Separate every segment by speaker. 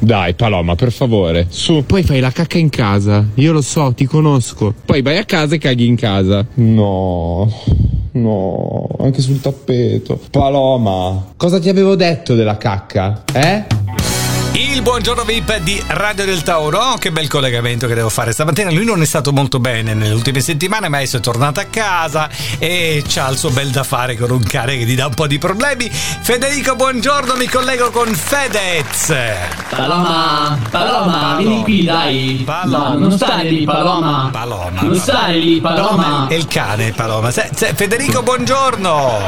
Speaker 1: Dai, Paloma, per favore, su.
Speaker 2: Poi fai la cacca in casa. Io lo so, ti conosco. Poi vai a casa e caghi in casa.
Speaker 1: No, no, anche sul tappeto. Paloma, cosa ti avevo detto della cacca? Eh?
Speaker 3: Il buongiorno VIP di Radio del Tauro. Oh, che bel collegamento che devo fare stamattina. Lui non è stato molto bene nelle ultime settimane, ma adesso è tornato a casa e c'ha il suo bel da fare con un cane che gli dà un po' di problemi. Federico, buongiorno, mi collego con Fedez.
Speaker 4: Paloma, Paloma, vieni qui, dai.
Speaker 3: Paloma.
Speaker 4: No, non stare lì, Paloma.
Speaker 3: Paloma.
Speaker 4: Non stare lì, Paloma.
Speaker 3: È il cane, Paloma. Se- se- Federico, buongiorno.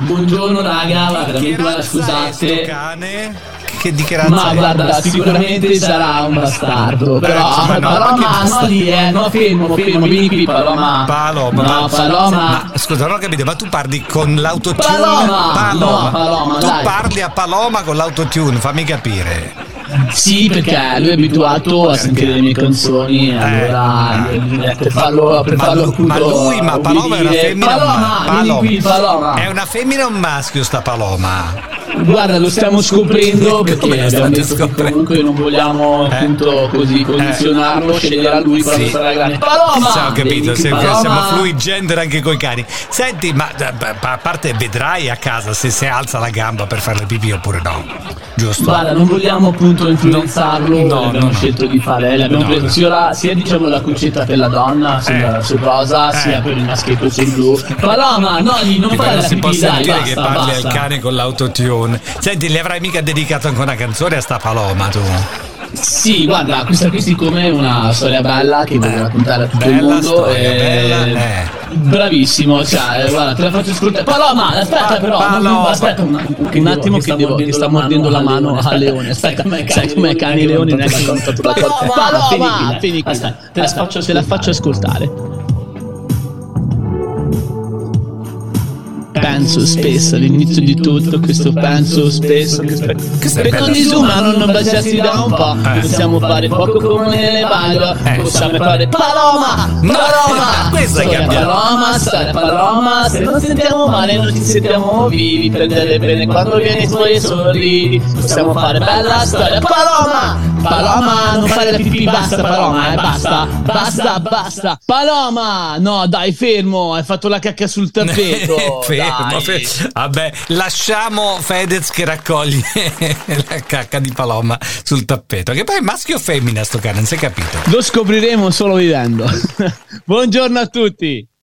Speaker 4: Buongiorno, raga. Guarda, mi
Speaker 3: Che
Speaker 4: guarda,
Speaker 3: razza è sto
Speaker 4: scusate.
Speaker 3: cane? Che di che razza
Speaker 4: Ma
Speaker 3: è?
Speaker 4: guarda, sicuramente sarà un bastardo. Però,
Speaker 3: Ma no, ma
Speaker 4: Paloma,
Speaker 3: che-
Speaker 4: no lì, eh. No, fermo, fermo. Vieni qui, Paloma.
Speaker 3: Paloma.
Speaker 4: No, Paloma.
Speaker 3: Ma scusa, non ho capito, ma tu parli con l'autotune?
Speaker 4: Paloma! No, Paloma,
Speaker 3: tu
Speaker 4: dai.
Speaker 3: parli a Paloma con l'autotune, fammi capire.
Speaker 4: Sì, perché lui è abituato a sentire le mie canzoni, allora
Speaker 3: eh.
Speaker 4: gli ho detto, per farlo, per
Speaker 3: ma,
Speaker 4: farlo
Speaker 3: lu- ma
Speaker 4: appunto
Speaker 3: lui, ma Paloma è una
Speaker 4: obbedire.
Speaker 3: femmina. o un
Speaker 4: Paloma,
Speaker 3: ma-
Speaker 4: vieni
Speaker 3: Paloma. Eh,
Speaker 4: qui, Paloma.
Speaker 3: È una femmina o un maschio sta Paloma?
Speaker 4: Guarda, lo stiamo scoprendo
Speaker 3: Come
Speaker 4: perché
Speaker 3: lo
Speaker 4: abbiamo
Speaker 3: state
Speaker 4: detto che
Speaker 3: scoprendo? Eh.
Speaker 4: comunque non vogliamo appunto così condizionarlo, sceglierà lui quando
Speaker 3: Sì.
Speaker 4: sarà grande. Paloma!
Speaker 3: Sì, ho capito,
Speaker 4: Vieni qui,
Speaker 3: se-
Speaker 4: Paloma.
Speaker 3: siamo fluid gender anche coi cani. Senti, ma eh, beh, a parte vedrai a casa se si alza la gamba per fare le pipì oppure no. Giusto?
Speaker 4: Guarda, non vogliamo appunto influenzarlo,
Speaker 3: No,
Speaker 4: abbiamo
Speaker 3: no, no.
Speaker 4: scelto di fare, eh, l'abbiamo
Speaker 3: No,
Speaker 4: preso
Speaker 3: no.
Speaker 4: sia, la- sia, diciamo la cuccetta per la donna, sia
Speaker 3: Eh.
Speaker 4: la sua cosa, sia per il maschietto sul blu. Paloma, no, lì, non
Speaker 3: Che
Speaker 4: fare
Speaker 3: non
Speaker 4: la
Speaker 3: si può
Speaker 4: pipì, dai,
Speaker 3: sentire che
Speaker 4: basta,
Speaker 3: parli
Speaker 4: basta.
Speaker 3: al cane con l'autotune. Senti, gli avrai mica dedicato anche una canzone a sta paloma tu.
Speaker 4: Sì, guarda, questa qui siccome è una storia bella che voglio raccontare a tutto il
Speaker 3: Eh, bella
Speaker 4: mondo.
Speaker 3: storia,
Speaker 4: eh,
Speaker 3: bella, eh.
Speaker 4: Bravissimo, cioè, eh, guarda, te la faccio ascoltare. Paloma, aspetta
Speaker 3: Pa-
Speaker 4: però, non- non-
Speaker 3: Paloma.
Speaker 4: aspetta un,
Speaker 5: Un attimo che, devo- che sta mordendo la mano a Leone. Aspetta, sai com'è cani e Leone non è raccontato la
Speaker 4: Paloma,
Speaker 5: corte.
Speaker 4: Paloma,
Speaker 5: Paloma, vieni qui,
Speaker 4: aspetta,
Speaker 5: te la faccio- te la faccio ascoltare. Penso spesso all'inizio di tutto, questo penso spesso che spe-
Speaker 3: Questa è
Speaker 5: per
Speaker 3: bella.
Speaker 5: disumano Ah, non baciarsi da un po', Eh. possiamo fare poco come le ballo,
Speaker 3: Eh.
Speaker 5: possiamo fare paloma,
Speaker 3: No,
Speaker 5: paloma,
Speaker 3: questa è
Speaker 5: Storia
Speaker 3: cambiata.
Speaker 5: paloma, stare paloma, se non sentiamo male non ci sentiamo vivi, prendere bene quando vieni tu e sorridi, possiamo fare bella storia paloma, paloma, non fare la pipì, basta paloma, eh, basta, basta, basta, paloma, no dai fermo, hai fatto la cacca sul tappeto,
Speaker 3: Fermo,
Speaker 5: dai.
Speaker 3: fermo. Vabbè, lasciamo Fedez che raccoglie la cacca di paloma sul tappeto. Che poi è maschio o femmina sto cane, non si è capito.
Speaker 5: Lo scopriremo solo vivendo. Buongiorno a tutti.